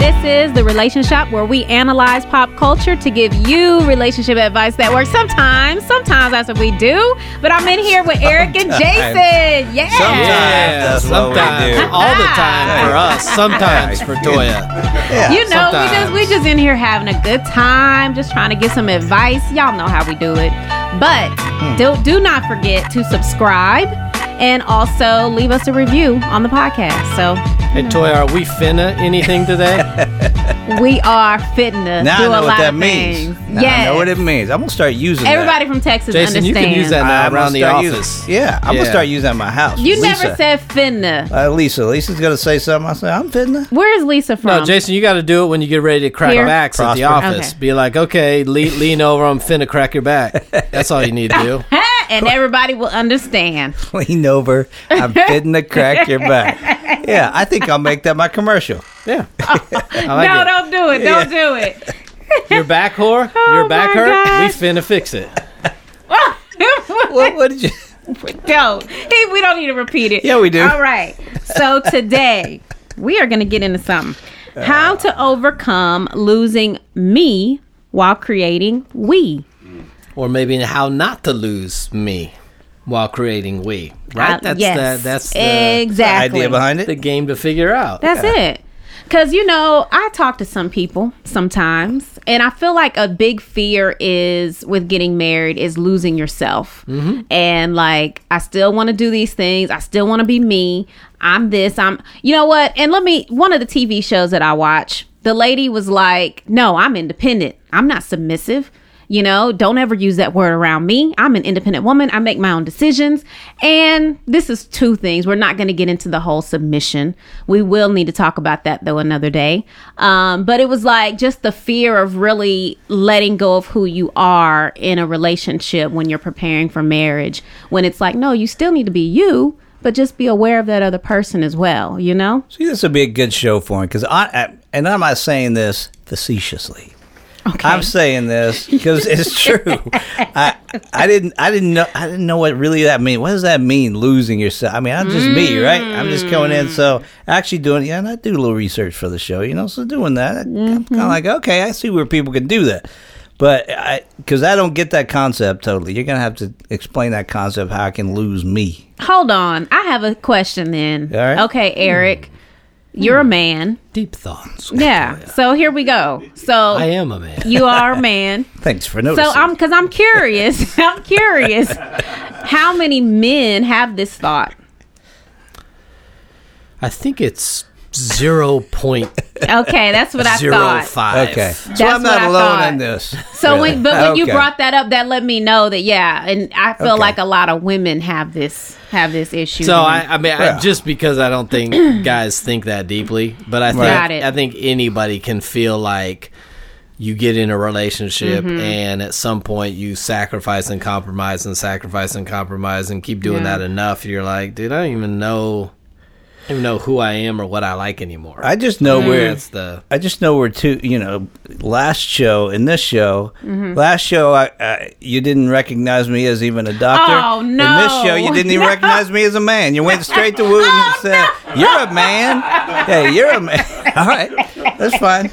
Guys, the relationship where we analyze pop culture to give you relationship advice that works. Sometimes, sometimes that's what we do. But I'm in here with Eric and Jason. Yeah. Sometimes. that's what we sometimes. do. All the time for us. Sometimes for Toya. Yeah. You know, we just we sometimes. just in here having a good time, just trying to get some advice. Y'all know how we do it. But Hmm. do, do not forget to subscribe and also leave us a review on the podcast. So Mm-hmm. Hey, Toya, are we finna anything today? we are fitting to Now do I a know lot what that of means. things. Now I Yes. know what it means. I'm gonna start using that. Everybody from Texas Jason, you understands. can use that now I'm gonna around the start using- office. yeah, I'm Yeah. gonna start using that in my house. You never Lisa. said finna. Uh, Lisa, Lisa's gonna say something. I said, I'm fitting. Where is Lisa from? No, Jason, you got to do it when you get ready to crack Here. backs at the Prosper. office. Okay. Be like, okay, lean, lean over. I'm finna crack your back. That's all you need to do. Huh? and everybody will understand. Lean over. I'm fitting to crack your back. Yeah, I think I'll make that my commercial. Yeah. I like no, it. don't do it. Don't do it. Your back whore, your back my hurt, gosh. we finna fix it. What, what did you? don't. He, we don't need to repeat it. Yeah, we do. All right. So today we are going to get into something. How to overcome losing me while creating we. Or maybe how not to lose me while creating we. Right? Uh, that's yes, the that's the, exactly Idea behind the it. game to figure out. That's it. Because, you know, I talk to some people sometimes, and I feel like a big fear is with getting married is losing yourself. And, like, I still want to do these things. I still want to be me. I'm this. I'm, you know what? And let me, one of the TV shows that I watch, the lady was like, no, I'm independent. I'm not submissive. You know, don't ever use that word around me. I'm an independent woman. I make my own decisions. And this is two things. We're not going to get into the whole submission. We will need to talk about that though another day. Um, but it was like just the fear of really letting go of who you are in a relationship when you're preparing for marriage. When it's like, no, you still need to be you, but just be aware of that other person as well, you know? See, this would be a good show for him because I, I and I'm not saying this facetiously. Okay. I'm saying this because it's true. I I didn't I didn't know I didn't know what really that mean. What does that mean losing yourself? I mean I'm just me, right? I'm just coming in. Mm. So actually doing yeah, and I do a little research for the show, you know. So doing that, I- I'm Mm-hmm. kind of like okay, I see where people can do that, but I because I don't get that concept totally. You're gonna have to explain that concept how I can lose me. Hold on. I have a question then. All right. Okay, Eric. You're a man. Deep thoughts. Yeah. So here we go. So I am a man. you are a man. Thanks for So noticing. I'm because I'm curious. I'm curious how many men have this thought. I think it's zero point Okay, that's what I zero thought. five. okay. That's So I'm what not I alone thought. in this. So when but when you Okay. brought that up, that let me know that yeah, and I feel Okay. like a lot of women have this have this issue. So I, I mean, I, Yeah. just because I don't think guys think that deeply, but I think Got it. I think anybody can feel like you get in a relationship Mm-hmm. and at some point you sacrifice and compromise and sacrifice and compromise and keep doing Yeah. that enough. You're like, dude, I don't even know, I don't even know who I am or what I like anymore. I just know Mm. where That's the I just know we're two. You know, last show and this show. Mm-hmm. Last show, I, I you didn't recognize me as even a doctor. Oh, In this show, you no. didn't even No. recognize me as a man. You went straight to Wooten and said, "You're a man. hey, you're a man. All right, that's fine.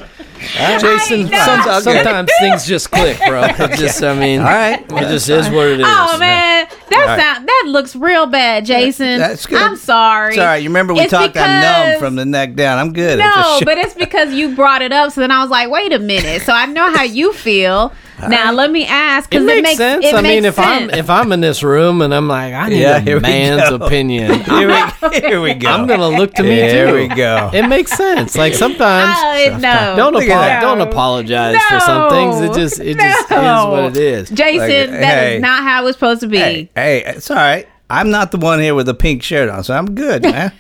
Jason. know. some- Okay. Sometimes things just click, bro. It just, I mean, All right. it just is what it is. Oh man, that right. sound that looks real bad, Jason. That's good. I'm sorry. Sorry, you remember we It's talked. I'm numb because- from the neck down. I'm good. at this No, show. but it's because you brought it up. So then I was like, wait a minute. So I know how you feel. Now let me ask Uh-huh. It because makes, sense. It I mean, makes if I'm sense. if I'm in this room and I'm like, I need Yeah, here a we man's go. opinion, I'm, here we, here we go. I'm gonna look to me There too. we go. It makes sense. Like sometimes, Uh, no, don't Look at apo- that. don't apologize for some things. It just it just is No. what it is. Jason, that is Like, hey. not how it's supposed to be. Hey, hey, it's all right. I'm not the one here with a pink shirt on, so I'm good, man.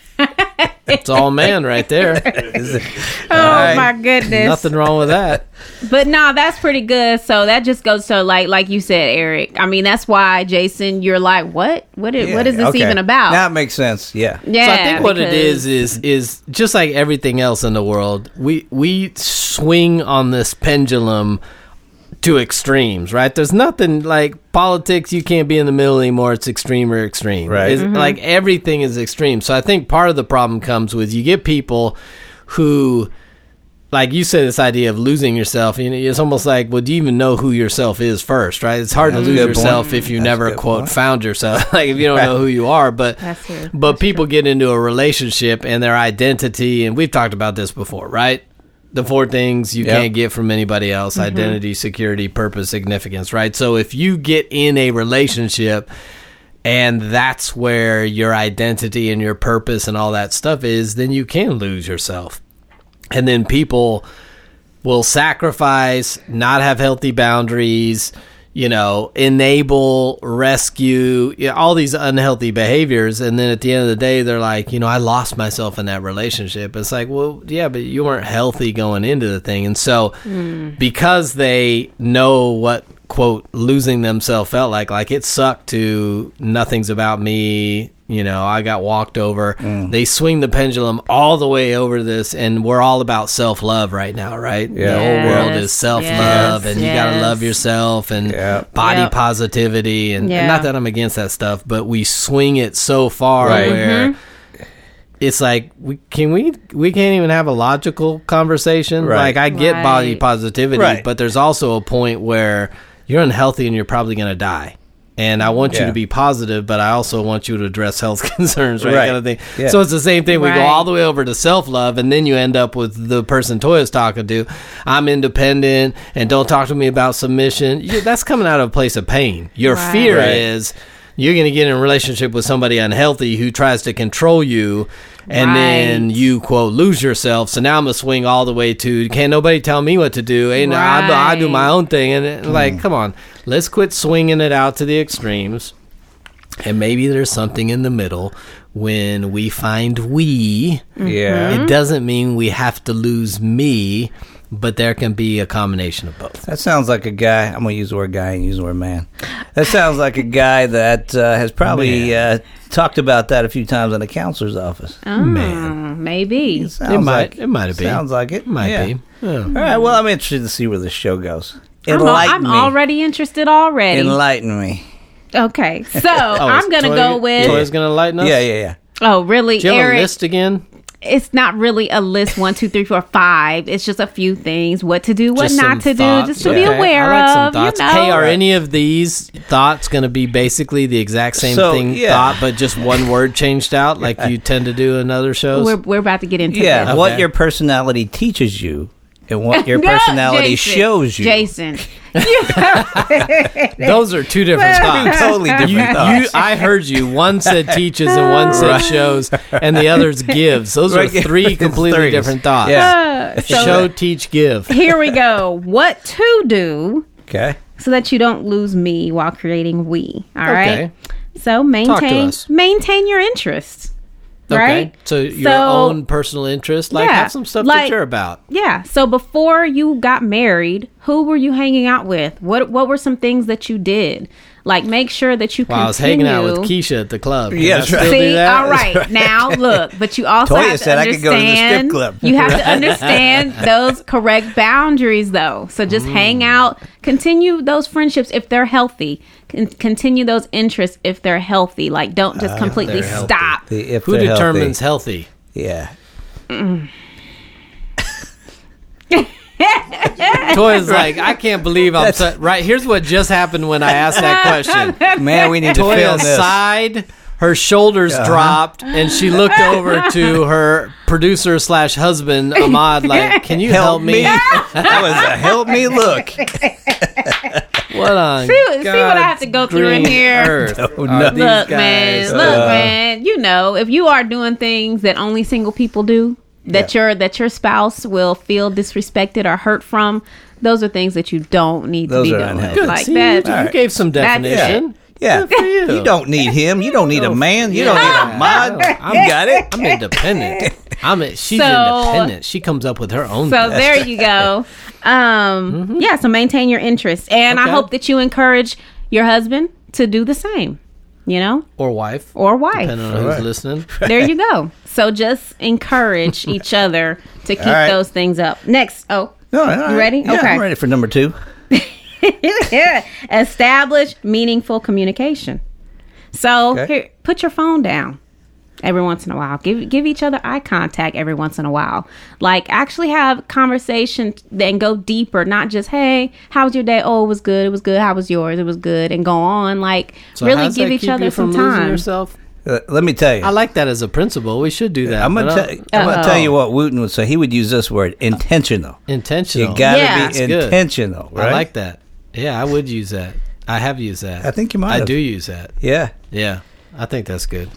It's all man right there. oh right. my goodness. Nothing wrong with that. But no, that's pretty good. So that just goes to like like you said, Eric. I mean, that's why Jason, you're like, what? What is, what is this Okay. even about? That makes sense. Yeah. yeah. so I think what it because- is is is just like everything else in the world, we we swing on this pendulum to extremes, right? There's nothing like politics. You can't be in the middle anymore. It's extreme or extreme, Right. Mm-hmm. It's- Like everything is extreme. So I think part of the problem comes with you get people who like you said, this idea of losing yourself, you know, it's almost like, well, do you even know who yourself is first, right? It's hard That's a to lose good point. yourself if you That's a never good quote point. found yourself, like if you don't know who you are. But That's true. but That's people get into a relationship and their identity, and we've talked about this before, right? The four things you Yep. can't get from anybody else: Mm-hmm. identity, security, purpose, significance, right? So if you get in a relationship and that's where your identity and your purpose and all that stuff is, then you can lose yourself. And then people will sacrifice, not have healthy boundaries, you know, enable, rescue, you know, all these unhealthy behaviors. And then at the end of the day, they're like, you know, I lost myself in that relationship. It's like, well, yeah, but you weren't healthy going into the thing. And so because they know what, quote, losing themselves felt like, like it sucked to nothing's about me. You know, I got walked over. Mm. They swing the pendulum all the way over this, and we're all about self love right now, right? Yeah. The whole world Yes, is self love, yes, and you got to yes. love yourself and Yeah. body Yep. positivity. And, and Yeah. not that I'm against that stuff, but we swing it so far Right. where Mm-hmm. it's like we can we we can't even have a logical conversation. Right. Like I get Right. body positivity, Right. but there's also a point where you're unhealthy and you're probably going to die. And I want you Yeah. to be positive, but I also want you to address health concerns, right? Right. Kind of thing. Yeah. So it's the same thing. We go Right. all the way over to self love, and then you end up with the person Toy is talking to. I'm independent, and don't talk to me about submission. You, that's coming out of a place of pain. Your Right. fear Right. is you're going to get in a relationship with somebody unhealthy who tries to control you, and then Right. you quote lose yourself. So now I'm gonna swing all the way to can't nobody tell me what to do, and I, I do my Right. own thing. And it- Mm. like, come on, let's quit swinging it out to the extremes. And maybe there's something in the middle when we find we. Mm-hmm. Yeah. Mm-hmm. It doesn't mean we have to lose me, but there can be a combination of both. That sounds like a guy. I'm gonna use the word guy and use the word man. That sounds like a guy that uh, has probably uh, talked about that a few times in a counselor's office. Oh, maybe. Sounds it might. like- it might have been. Sounds like it. might Yeah. be. Yeah. All right. Well, I'm interested to see where this show goes. I'm, al- I'm Enlighten me. already interested already. Enlighten me. okay, Oh, so I'm gonna Toy- go with. Toy's gonna lighten us. Yeah, yeah, yeah. Oh, really, Do you have Eric? a list again? It's not really a list one, two, three, four, five. It's just a few things: what to do, what Just some not to thoughts. do, just to Okay. be aware I like some of. thoughts. You know, Hey, are any of these thoughts going to be basically the exact same So, thing yeah. thought, but just one word changed out, like you tend to do in other shows? we're we're about to get into Yeah. that. What Okay. your personality teaches you, and what your No, personality Jason. shows you. Jason. Those are two different Two thoughts. totally different You, thoughts. you, I heard you. One said teaches, and one said shows, and the other's gives. Those are Right. three It's completely threes. different thoughts. Yeah. Uh, so Show, teach, give. here we go. What to do Okay. so that you don't lose me while creating we. All right. Okay. So maintain us. maintain your interest. Right? Okay. So your So- own personal interest, like Yeah. have some stuff that Like- you're about. Yeah. So before you got married, who were you hanging out with? What what were some things that you did? Like make sure that you Well, continue. I was hanging out with Keisha at the club. Can Yeah, I that's still right. do See, that? all right. Now look, but you also Toya have to said I could go to the strip understand. club. You have to understand those correct boundaries, though. So just hang out, continue those friendships if they're healthy. Con- continue those interests if they're healthy. Like don't just completely they're healthy. stop. The, if Who they're determines Healthy. healthy? Yeah. Toy's like, I can't believe I'm so, right. Here's what just happened when I asked that question. Man, we need to Toya film this. Uh-huh. sighed, her shoulders dropped, and she looked over to her producer slash husband Ahmad, like, "Can you help, me? that was a help me look. What on See what- see what I have to go through in green here. earth Oh, are no. these Look, guys? man. uh, Look, man. You know, if you are doing things that only single people do, that your that your spouse will feel disrespected or hurt from, those are things that you don't need Those to are be doing. unhealthy. Good. Like see, that. you, you gave some That- definition. Yeah. Good for you. You don't need him. You don't need a man. You don't need a mod. You got it. I'm independent. I'm a, she's So- independent. She comes up with her own. So there you go. Um, Yeah, so maintain your interest. And Mm-hmm. Okay. I hope that you encourage your husband to do the same, you know, or wife, or wife. depending on who's Alright. listening. There you go. So just encourage each other to keep right. those things up. Next. Oh. No, all right. ready? Yeah, Okay. I'm ready for number two. yeah. Establish meaningful communication. So Okay. here, put your phone down. every once in a while. Give give each other eye contact every once in a while. Like actually have conversation and go deeper, not just hey, how was your day? Oh, it was good. It was good. How was yours? It was good, and go on. Like So how really does give that each keep other you some from losing time. Yourself? Uh, let me tell you. I like that as a principle. We should do that. I'm gonna but uh, I tell don't- I'm gonna Uh-oh. tell you what Wooten would say. He would use this word intentional. intentional. You gotta Yeah. be That's good. intentional, right? I like that. Yeah, I would use that. I have used that. I think you might I have. do use that. Yeah. Yeah, I think that's good.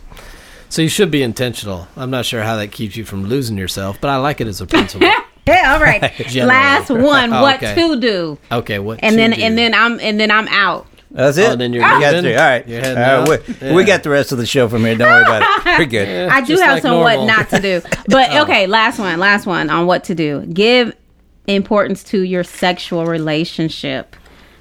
So you should be intentional. I'm not sure how that keeps you from losing yourself, but I like it as a principle. Yeah, all right. Generally. Last one. Oh, What okay. to do? Okay, what? And to then do. and then I'm and then I'm out. That's it. Oh, then you're we got leaving? three. All right. You're All heading right. out? We, Yeah. we got the rest of the show from here. Don't worry about it. We're good. I do just have like some what normal. Oh. not to do. But okay, last one, last one on what to do. Give importance to your sexual relationship.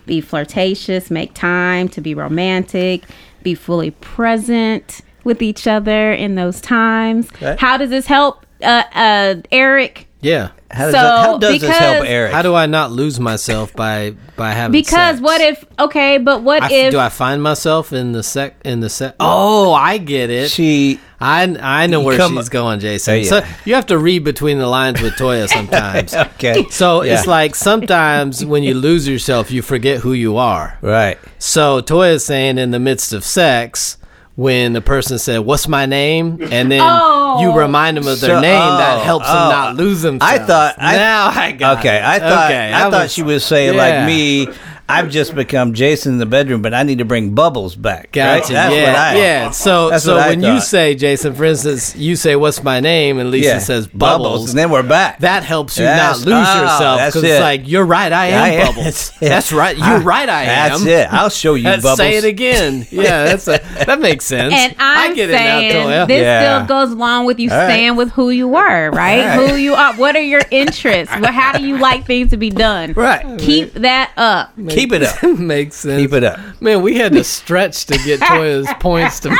Be flirtatious, make time to be romantic, be fully present with each other in those times. Okay. How does this help uh, uh, Eric? yeah. How does, So, that, how does this help because- Eric? How do I not lose myself by by having? Because sex? what if okay, but what I f- if do I find myself in the sec in the sec? Oh, I get it. she I I know You where come- she's going, Jason. Oh, yeah. So you have to read between the lines with Toya sometimes. Okay. So Yeah. it's like sometimes when you lose yourself, you forget who you are. Right. So Toya's saying in the midst of sex, when the person said, "What's my name?" and then Oh. you remind them of their So- name, oh, that helps oh. them not lose themselves. I thought- I- now I got Okay. it. I thought Okay, I, thought was- she was saying Yeah. like me. I've just become Jason in the bedroom, but I need to bring bubbles back. Gotcha. Right? That's yeah. what I yeah. So That's so what I when you thought. say Jason, for instance, you say what's my name, and Lisa yeah. says bubbles. and then we're back. that helps you That's- not lose oh, yourself that's because it. it's like you're right. I am I am. bubbles. That's That's, it. right. You're right. I That's am. it. I'll show you Let's bubbles. say it again. Yeah, that's a, that makes sense. and I'm I get saying it now, Toya. this Yeah. still goes along with you right. staying with who you were, right? Who you are. What are your interests? What, how do you like things to be done? Right. Keep that up. Keep it up. makes sense. Keep it up. Man, we had to stretch to get Toya's points to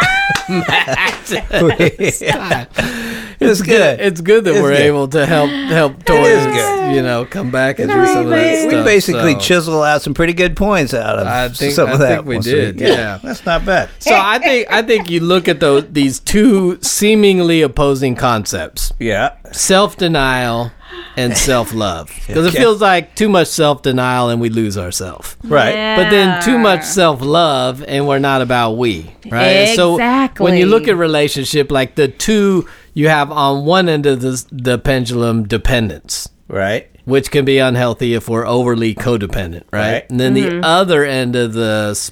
match. It's good. It's good that It's we're good. able to help help is Toya, good. you know, come back and do some of that we stuff, basically so. chisel out some pretty good points out of I think- some of I that. think we one. So, did, yeah. that's not bad. So I think I think you look at those these two seemingly opposing concepts: Yeah, self denial and self love. Because Okay. it feels like too much self denial and we lose ourselves. right. But then too much Yeah. self love and we're not about we. Right. So when Exactly. you look at relationship, like the two you have on one end of the the pendulum dependence Right. which can be unhealthy if we're overly codependent, right? Right. And then the other end of the s-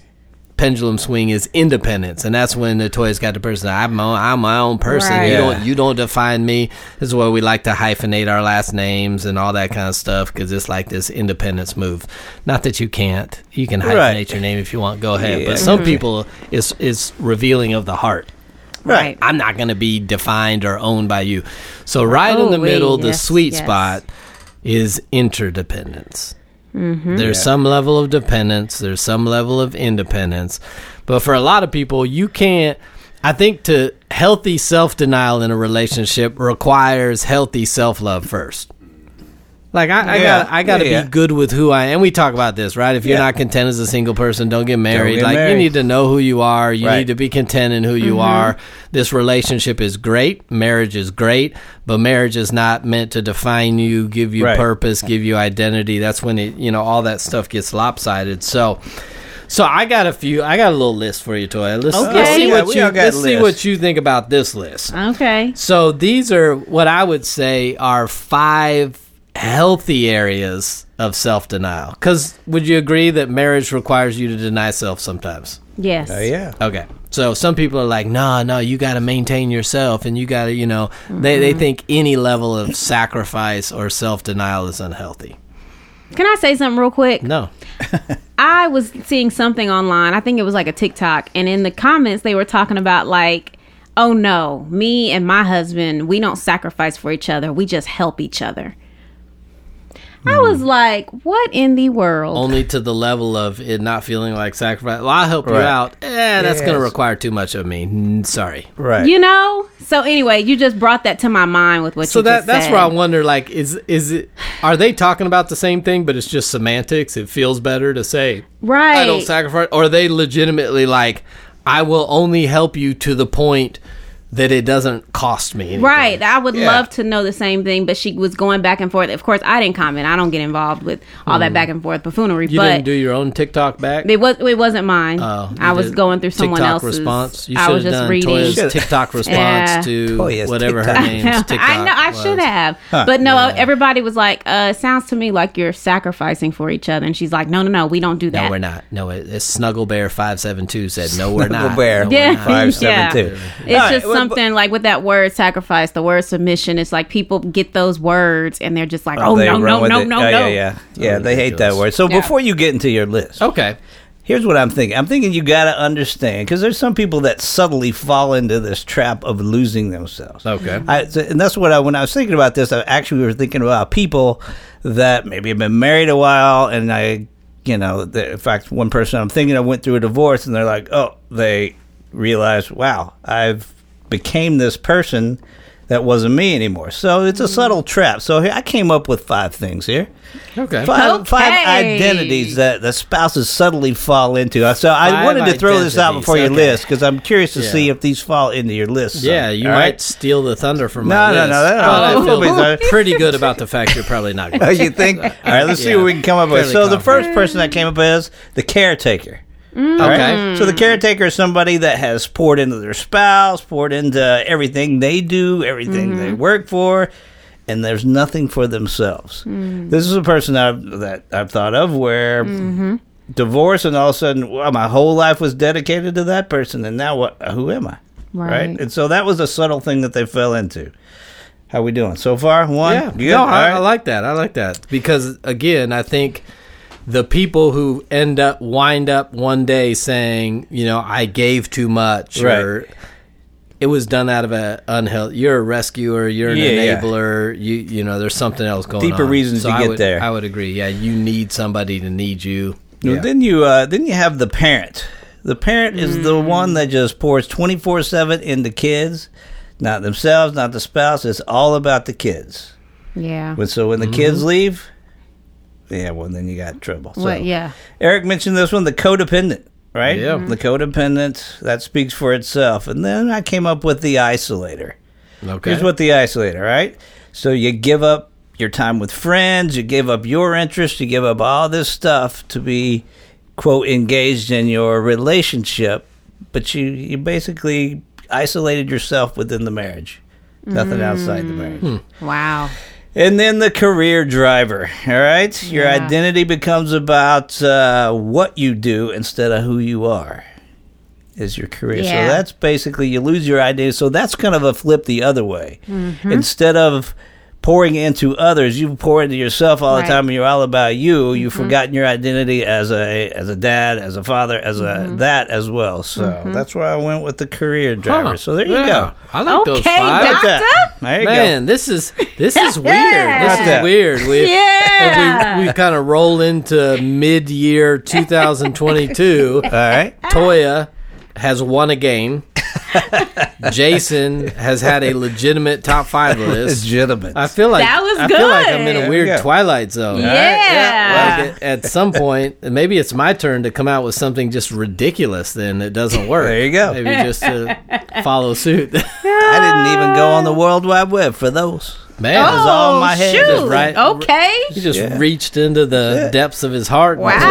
pendulum swing is independence, and that's when the toy's got the person. I'm my own, I'm my own person. Right. You Yeah. don't you don't define me. This is why we like to hyphenate our last names and all that kind of stuff because it's like this independence move. Not that you can't. You can hyphenate Right. your name if you want. Go ahead. Yeah. But some people it's it's revealing of the heart. Right. I'm not going to be defined or owned by you. So right in the Oh, wait, middle, the yes, sweet yes. spot is interdependence. Mm-hmm. There's some level of dependence. There's some level of independence, but for a lot of people, you can't. I think to healthy self denial in a relationship requires healthy self love first. Like I, I Yeah. got, I got to Yeah, yeah. be good with who I am. We talk about this, right? If you're Yeah. not content as a single person, don't get married. get like married. you need to know who you are. You Right. need to be content in who you are. This relationship is great. Marriage is great, but marriage is not meant to define you, give you Right. purpose, give you identity. That's when it, you know, all that stuff gets lopsided. So, so I got a few. I got a little list for you, Toya. Let's, let's Okay. see Yeah, what we you all got let's see lists. what you think about this list. Okay. So these are what I would say are five healthy areas of self denial. Because would you agree that marriage requires you to deny self sometimes? Yes. Oh yeah. Okay. So some people are like, no, no, you got to maintain yourself and you got to, you know, they, Mm-hmm. they think any level of sacrifice or self denial is unhealthy. Can I say something real quick? No. I was seeing something online. I think it was like a TikTok, and in the comments they were talking about like, "Oh no, me and my husband, we don't sacrifice for each other. We just help each other." Hmm. I was like, "What in the world?" Only to the level of it not feeling like sacrifice. Well, I'll help you Right. out. Eh, that's going Yes. to require too much of me. Mm, Sorry. Right. You know. So anyway, you just brought that to my mind with what So you that just that's said. where I wonder like is is it are they talking about the same thing but it's just semantics it feels better to say right. I don't sacrifice or are they legitimately like I will only help you to the point that it doesn't cost me anything. Right. I would Yeah. love to know the same thing, but she was going back and forth. Of course, I didn't comment. I don't get involved with all that back and forth buffoonery. You but didn't do your own TikTok back. it was it wasn't mine. Oh, you I was did going through someone TikTok else's. response. You I should was have just done reading. Toya's TikTok response Yeah. to Toya's whatever TikTok. her name's TikTok. I know. I was. should have. But no, everybody was like, uh, "Sounds to me like you're sacrificing for each other." And she's like, "No, no, no, we don't do No, that." we're not. No, it, it's Snuggle Bear five seven two said no, we're not. Snuggle Bear. No, we're Yeah, not. Five, seven, yeah. two. It's All right, just well, but- something like with that word sacrifice, the word submission. It's like people get those words and they're just like, "Oh They no, run no, with no, it. no, yeah, no." Yeah, yeah, yeah. They hate that ridiculous. word. So Yeah. before you get into your list, Okay. Here's what I'm thinking. I'm thinking you got to understand because there's some people that subtly fall into this trap of losing themselves. Okay. I, so- and that's what I, when I was thinking about this, I actually was thinking about people that maybe have been married a while and I, you know, the, in fact, one person I'm thinking I went through a divorce and they're like, oh, they realize, wow, I've became this person that wasn't me anymore. So it's a subtle trap. So here, I came up with five things here. Okay. Five, five Okay. identities that the spouses suddenly fall into. Uh, So I Five wanted to throw this out identities, before your okay. list because I'm curious to Yeah. see if these fall into your list. so- Yeah, you all might right? steal the thunder from No, my Oh, no, list. no, no, but Oh. no, no, I no. feel uh, pretty good about the fact you're probably not. Oh, Going you think? All right, let's see Yeah. what we can come up with. Fairly So the first confident. person that came up is the caretaker. All right? okay. So the caretaker is somebody that has poured into their spouse, poured into everything they do, everything they work for, and there's nothing for themselves. This is a person I've, that I've thought of where divorce and all of a sudden wow, my whole life was dedicated to that person, and now what? Who am I? Right. Right. And so that was a subtle thing that they fell into. How we doing so far? One. Yeah, Good? no, All I, right. I like that. I like that because again, I think the people who end up wind up one day saying, you know, I gave too much, Right. or it was done out of a unhealthy. You're a rescuer. You're an Yeah, yeah. enabler. You, you know, there's something else going. Deeper on. reasons to I get would- there. I would agree. Yeah, you need somebody to need you. Well, Yeah. Then you uh, then you have the parent. The parent is Mm. the one that just pours twenty four seven into kids, not themselves, not the spouse. It's all about the kids. Yeah. When so Mm-hmm. when the kids leave, yeah, well then you got trouble. So, What- yeah. Mm-hmm. Eric mentioned this one, the codependent, right? Yeah. Mhm. The codependent that speaks for itself. And then I came up with the isolator. Okay. Here's what the isolator, right? So you give up your time with friends, you give up your interests, you give up all this stuff to be quote engaged in your relationship, but you you basically isolated yourself within the marriage. Nothing outside the marriage. Wow. And then the career driver, all right? Your Yeah. identity becomes about uh, what you do instead of who you are. Is your career. Yeah. So that's basically you lose your identity. So that's kind of a flip the other way. Mm-hmm. Instead of pouring into others, you pour into yourself all Right. Mm-hmm. the time and you're all about you. You've forgotten your identity as a as a dad, as a father, as a Mm-hmm. that as well. So that's where I went with the career driver. So there you Yeah. go. I like those Okay, five. Doc. Like that. There you Man, this is this is weird. Got This that. is weird. We, Yeah. and we, we kind of roll into mid year go. 2022. All right. Toya has won a game. Jason has had a legitimate top five list. Legitimate. I feel like That was I feel like I'm in good. a weird There you go. twilight zone. Yeah. Yeah. Like, at- at some point, maybe it's my turn to come out with something just ridiculous. Then it doesn't work. There you go. Maybe just to follow suit. I didn't even go on the World Wide Web for those. Oh, Man, was all in my head, Shoot. just right- Okay. He just Yeah. reached into the Yeah. depths of his heart. and Wow. pulled those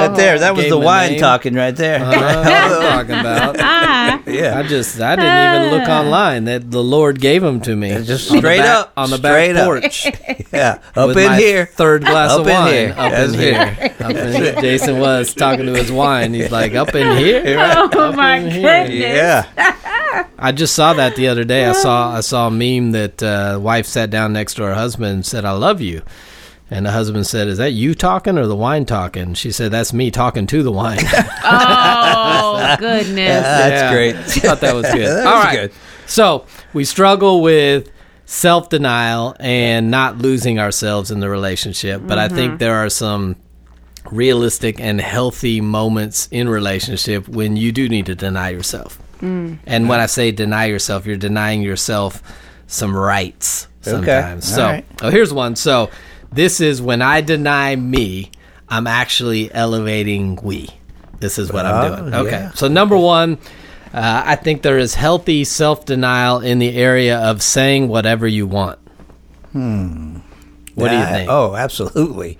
out. Right there, that was Gave the him a wine name. talking right there. Uh, that's what I'm talking about. Ah. I yeah. just I didn't even look online. That the Lord gave them to me. just On the straight back- up, on the straight back up. porch. Yeah. Up with in my here. third glass Up of in wine. here. Up That's in here. Up in here. Jason was talking to his wine. He's like, up in here. Oh my in here. goodness. Yeah. I just saw that the other day. I saw I saw a meme that uh, wife sat down next to her husband and said, "I love you," and the husband said, "Is that you talking or the wine talking?" She said, "That's me talking to the wine." Oh goodness. That's Yeah. great. Thought that was good. That All was right. good. So we struggle with self denial and not losing ourselves in the relationship, but I think there are some realistic and healthy moments in relationship when you do need to deny yourself. And when I say deny yourself, you're denying yourself some rights sometimes. All So right. oh, here's one. So this is when I deny me, I'm actually elevating we. This is what I'm doing. Oh, Okay. yeah. So number one, Uh, I think there is healthy self denial in the area of saying whatever you want. Hmm. What do you Uh, think? Oh, absolutely.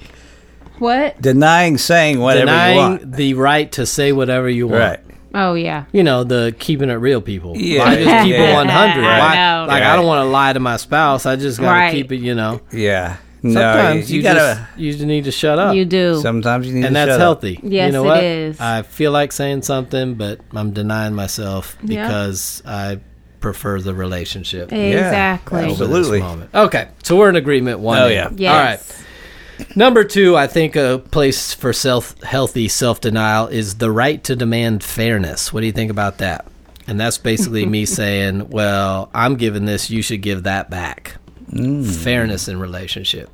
What? Denying saying whatever Denying you want. the right to say whatever you want. Right. Oh yeah. You know, the keeping it real people. Yeah. Why just keep it Yeah. 100? I Why- know. Like, I Right. don't want to lie to my spouse. I just got to Right. keep it, you know. Yeah. No, Sometimes you, gotta. just, you just need to shut up. You do. Sometimes you need and to that's shut up. healthy. Yes, you know it what? is. I feel like saying something, but I'm denying myself Yeah. because I prefer the relationship. exactly. absolutely. over this moment. Okay, so we're in agreement. One. Oh, day. yeah. Yes. All right. Number two, I think a place for self healthy self denial is the right to demand fairness. What do you think about that? And that's basically me saying, "Well, I'm giving this; you should give that back." Mm. Fairness in relationship.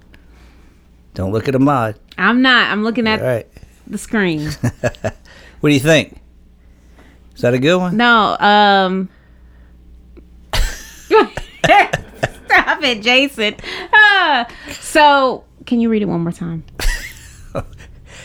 Don't look at a mod. I'm not. I'm looking at All right. the screen. What do you think? Is that a good one? No. Um. Stop it, Jason. Ah. so, can you read it one more time?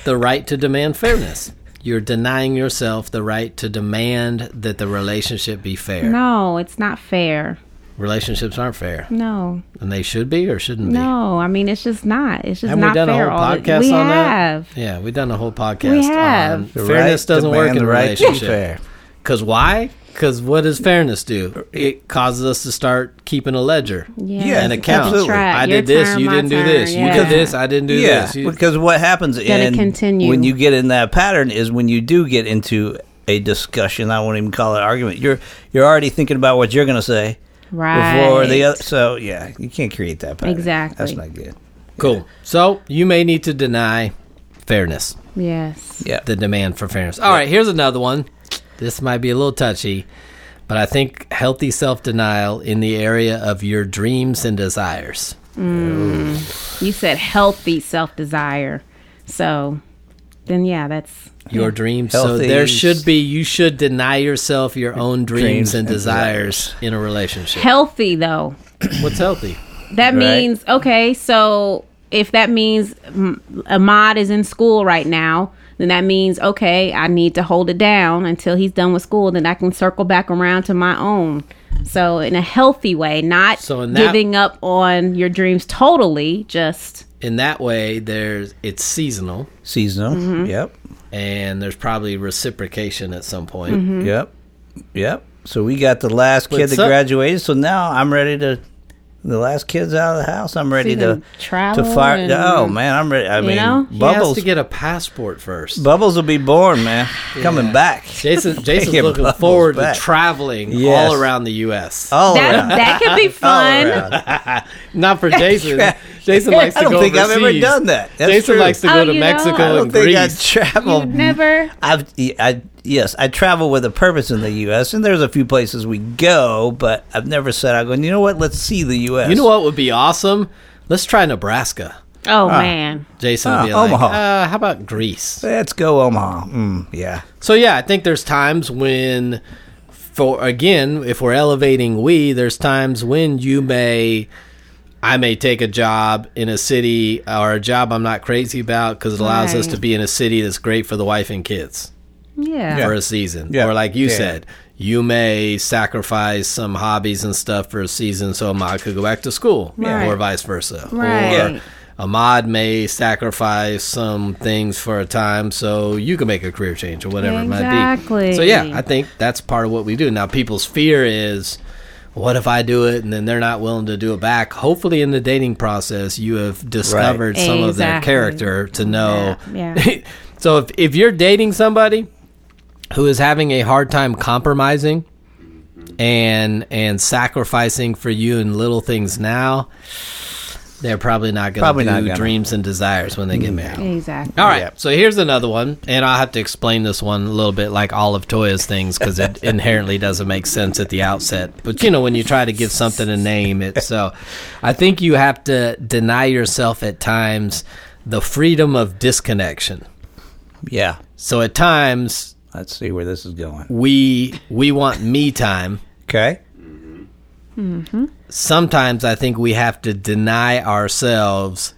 the right to demand fairness. You're denying yourself the right to demand that the relationship be fair. No, it's not fair. Relationships aren't fair, No, and they should be or shouldn't be. no. I mean, it's just not. It's just Haven't not we done fair. a whole all the- podcast we on have. that? Yeah, we've done a whole podcast. We have. On The fairness right doesn't to work ban in a the right to be fair. relationship. Because why? Because what does fairness do? It causes us to start keeping a ledger Yeah, and accounts. absolutely. Right, I your did this, turn, you my didn't do turn, this. You yeah. did this, I didn't do Yeah, this. You- because what happens in continue. when you get in that pattern is when you do get into a discussion. I won't even call it an argument. You're you're already thinking about what you're going to say Right. before the other. So yeah, you can't create that pattern. Exactly. That's not good. cool. So you may need to deny fairness. Yes. Yeah. the demand for fairness. All right, here's another one. This might be a little touchy, but I think healthy self denial in the area of your dreams and desires. You said healthy self desire. So, then yeah, that's Your dreams. So Healthy- there should be, you should deny yourself your own dreams, Dreams and and desires, in a relationship. healthy though. What's healthy? That Right. means okay. So if that means mm, Ahmad is in school right now, then that means okay. I need to hold it down until he's done with school. Then I can circle back around to my own. So in a healthy way, not So in that- giving up on your dreams totally. Just In that way, there's it's seasonal Seasonal. Mm-hmm. Yep. and there's probably reciprocation at some point. Mm-hmm. Yep. Yep. So we got the last kid What's that up? graduated. So now I'm ready to. The last kid's out of the house. I'm ready to them travel to fire. and- oh man, I'm ready. I mean, know? He has bubbles. to get a passport first. Bubbles will be born, man. Coming back. Jason, Jason's Yeah, looking Bubbles forward back. to traveling Yes. Oh. all around the U.S. All that around. that could be Oh, fun. around. Not for Jason. Jason likes to I go don't think I've ever overseas. done that. That's Jason true. likes to Oh, go to you know, Mexico I I don't and think I Greece. travel. Never. I've, I, yes, I travel with a purpose in the U.S., and there's a few places we go, but I've never said I go. You know what? Let's see the U.S. you know what would be awesome? Let's try Nebraska. Oh man. Jason would Ah, be like, Omaha. Uh, how about Greece? Let's go Omaha. Mm, yeah, So yeah, I think there's times when, for again, if we're elevating we, there's times when you may, I may take a job in a city or a job I'm not crazy about because it allows us Right. to be in a city that's great for the wife and kids. Yeah. for a season. Yeah. Or like you Yeah. said, you may sacrifice some hobbies and stuff for a season so Ahmad could go back to school Right. or vice versa. Right. Or Ahmad may sacrifice some things for a time so you can make a career change or whatever it might be. Exactly. So yeah, I think that's part of what we do. Now people's fear is what if I do it and then they're not willing to do it back? Hopefully in the dating process you have discovered some of their Exactly. character to know. Yeah, yeah. so if if you're dating somebody who is having a hard time compromising and and sacrificing for you in little things now, they're probably not going to Probably do not gonna. dreams and desires when they get married. Exactly. All right, Yep. so here's another one, and I'll have to explain this one a little bit like all of Toya's things because it inherently doesn't make sense at the outset. But you know, when you try to give something a name, it so I think you have to deny yourself at times the freedom of disconnection. yeah. So at times Let's see where this is going. we we want me time. Okay. Sometimes I think we have to deny ourselves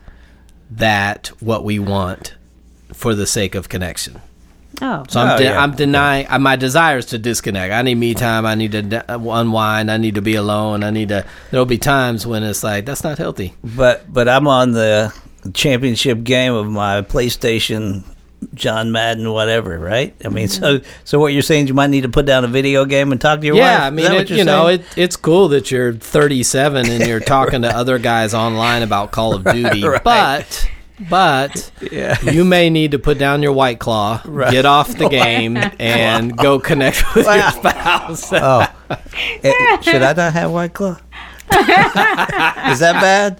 that what we want for the sake of connection. Oh. So I'm, Oh, de- yeah. I'm denying uh, my desires to disconnect. I need me time. I need to de- unwind. I need to be alone. I need to. There'll be times when it's like that's not healthy. But but I'm on the championship game of my PlayStation, John Madden, whatever. Right? I mean, so so what you're saying is you might need to put down a video game and talk to your wife. yeah, I Is mean, that what it, you're you know, saying? it, it's cool that you're 37 and you're talking to other guys online about Call of Duty, Right. but but Yeah. you may need to put down your white claw, get off the game, and go connect with your spouse. Oh, Eh, should I not have white claw? is that bad?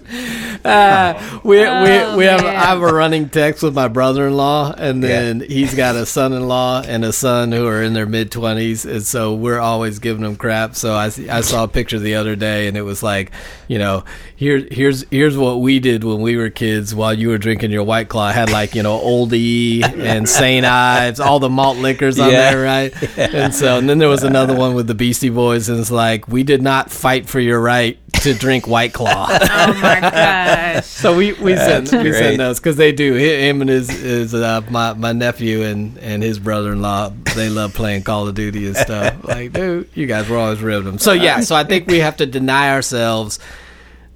we we we have man. I have a running text with my brother in law, and Yeah. then he's got a son in law and a son who are in their mid twenties, and so we're always giving them crap. So I see- I saw a picture the other day, and it was like, you know, here here's here's what we did when we were kids while you were drinking your white claw. I had like you know Old E and Saint Ives, all the malt liquors on Yeah. there, right? And so and then there was another one with the Beastie Boys, and it's like we did not fight for your right to drink White Claw. Oh my gosh. So we we send we great. send those because they do. Hi- Him and his is uh, my my nephew and and his brother in law. They love playing Call of Duty and stuff. like, dude, you guys were always ribbing them. So yeah, so I think we have to deny ourselves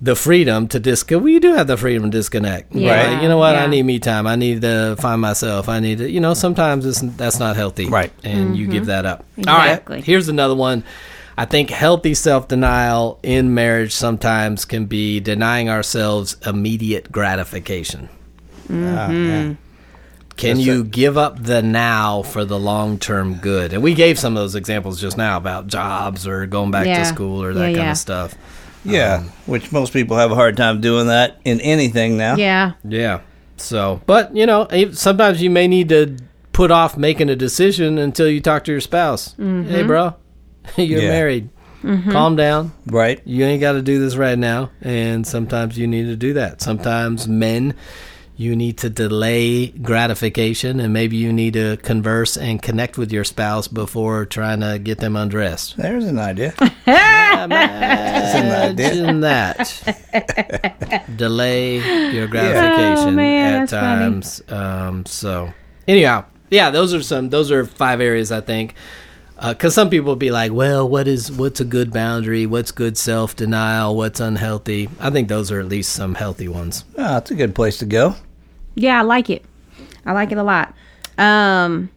the freedom to disconnect. We do have the freedom to disconnect. Yeah. Like, you know what? I Yeah. need me time. I need to find myself. I need to. You know, sometimes it's that's not healthy. Right. and you give that up. All Exactly. right. Here's another one. I think healthy self denial in marriage sometimes can be denying ourselves immediate gratification. Mm-hmm. Ah, Oh, yeah. Can That's you give up the now for the long term good? And we gave some of those examples just now about jobs or going back Yeah. to school or that Yeah, kind yeah. of stuff. Yeah, which most people have a hard time doing that in anything now. Yeah. Yeah. So, but you know, if- sometimes you may need to put off making a decision until you talk to your spouse. Hey, Mm-hmm. bro, you're Yeah. married. Calm down. Right? you ain't got to do this right now and sometimes you need to do that sometimes men you need to delay gratification and maybe you need to converse and connect with your spouse before trying to get them undressed There's an idea. imagine that delay your gratification Oh, man, at that's funny. times um, so anyhow yeah those are some those are five areas i think because some people be like well what is what's a good boundary what's good self-denial what's unhealthy i think those are at least some healthy ones Oh, it's a good place to go. Yeah, I like it. I like it a lot. Um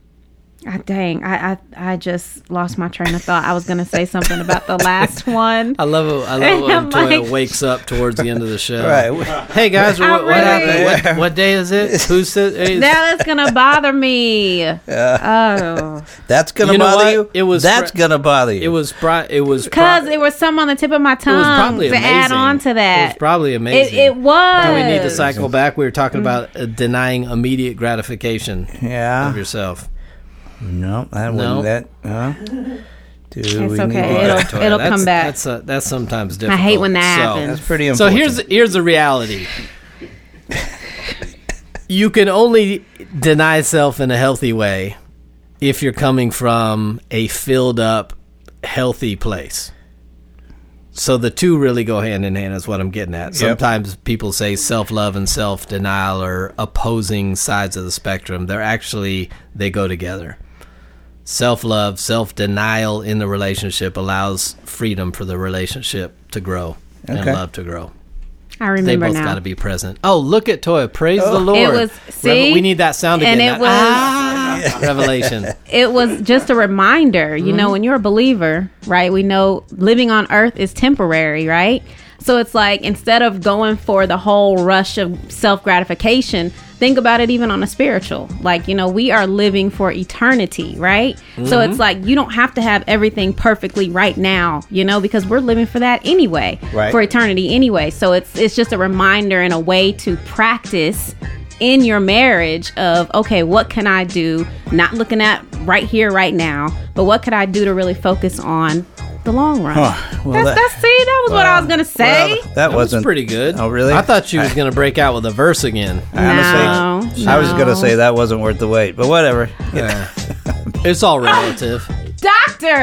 I, dang, I, I I just lost my train of thought. I was gonna say something about the last one. i love it i love when I'm toya like- wakes up towards the end of the show Right. hey guys what, what really- happened what, what day is it who said hey, Now it's gonna bother me. oh, That's gonna You know bother what? you. It was That's fr- gonna bother you. it was pri- it was because pri- it was some on the tip of my It tongue was probably Um, to amazing. add on to It was that. probably It, amazing. it was. Do we need to cycle back? We were talking about uh, denying immediate gratification yeah. of yourself. No, that No. wouldn't. That. Huh? Do we It's need okay. to- It'll- Toya, it'll that's- come back. That's uh that's sometimes I difficult. hate when that So- happens. That's pretty So unfortunate. here's here's the reality. you can only deny self in a healthy way if you're coming from a filled up, healthy place. So the two really go hand in hand is what I'm getting at. Sometimes people say self love and self denial are opposing sides of the spectrum. They're actually they go together. Self love, self denial in the relationship allows freedom for the relationship to grow and Okay. love to grow. I They remember both now. Oh. got to be present. Oh, look at Toya! Praise the Lord. was- Revel- see? we need that sound again. And it that, was- "Ah!" revelation. it was just a reminder, you know, when you're a believer, right? We know living on earth is temporary, right? So it's like instead of going for the whole rush of self gratification, think about it even on a spiritual. Like, you know, we are living for eternity, right? So it's like you don't have to have everything perfectly right now, you know, because we're living for that anyway. Right. For eternity anyway. So it's it's just a reminder and a way to practice in your marriage of okay, what can I do? Not looking at right here, right now, but what could I do to really focus on the long run? Huh. Well, that's, that- that's see, that was what I was gonna say. Well, that That was wasn't pretty good. Oh, really? Ah. I thought she was going to break out with a verse again. Honestly, No, I was gonna no. say that wasn't worth the wait, but whatever. Yeah. it's all relative. doctor.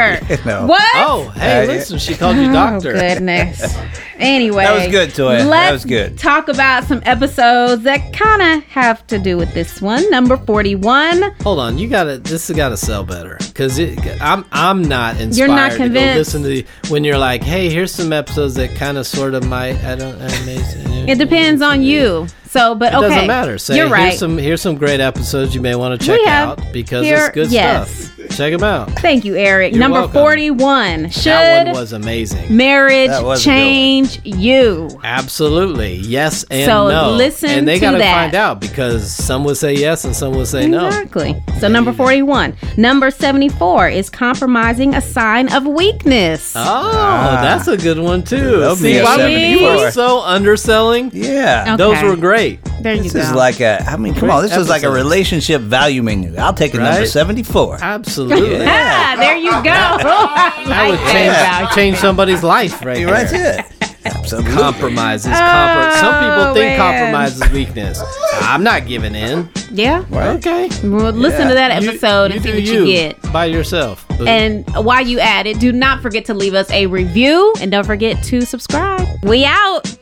No. What? Oh, hey, Uh, listen, she called you Ah. Oh, doctor. goodness. Anyway, That was good, Toya. That Let's was good. Talk about some episodes that kind of have to do with this one. Number forty-one. Hold on, you gotta. This has gotta sell better because I'm I'm not inspired. You're not To go convinced. listen to the, when you're like, hey, here's some episodes that kind of sort of might. I don't. Amazing. It depends on you. So, but It okay, doesn't matter. Say you're right. here's some here's some great episodes you may want to check We have out because here- it's good yes. stuff. Check them out. Thank you, Eric. You're Number welcome. forty-one. Should That one was amazing. That marriage was a good one. change you? Absolutely. Yes and So no. listen and they to gotta that. find out because some would say yes and some would say no. Exactly. So number 41. Number 74 is compromising a sign of weakness. Oh, that's a good one too. That'll be See, a why would- you 74. are so underselling. Yeah. Okay. Those were great. there you This go. is like a, I mean, come on, this is like a episodes. relationship value menu. I'll take a number Right? 74. Absolutely. ah, there you go. I That would like change, that. change somebody's life right You're right there. there. Absolutely. Compromise is compro- Some people Oh, man. think compromise is weakness. I'm not giving in. Yeah. Right? Okay. Well, listen Yeah. to that You- episode and do see what you get. By yourself. Boo. And while you at it, do not forget to leave us a review and don't forget to subscribe. We out.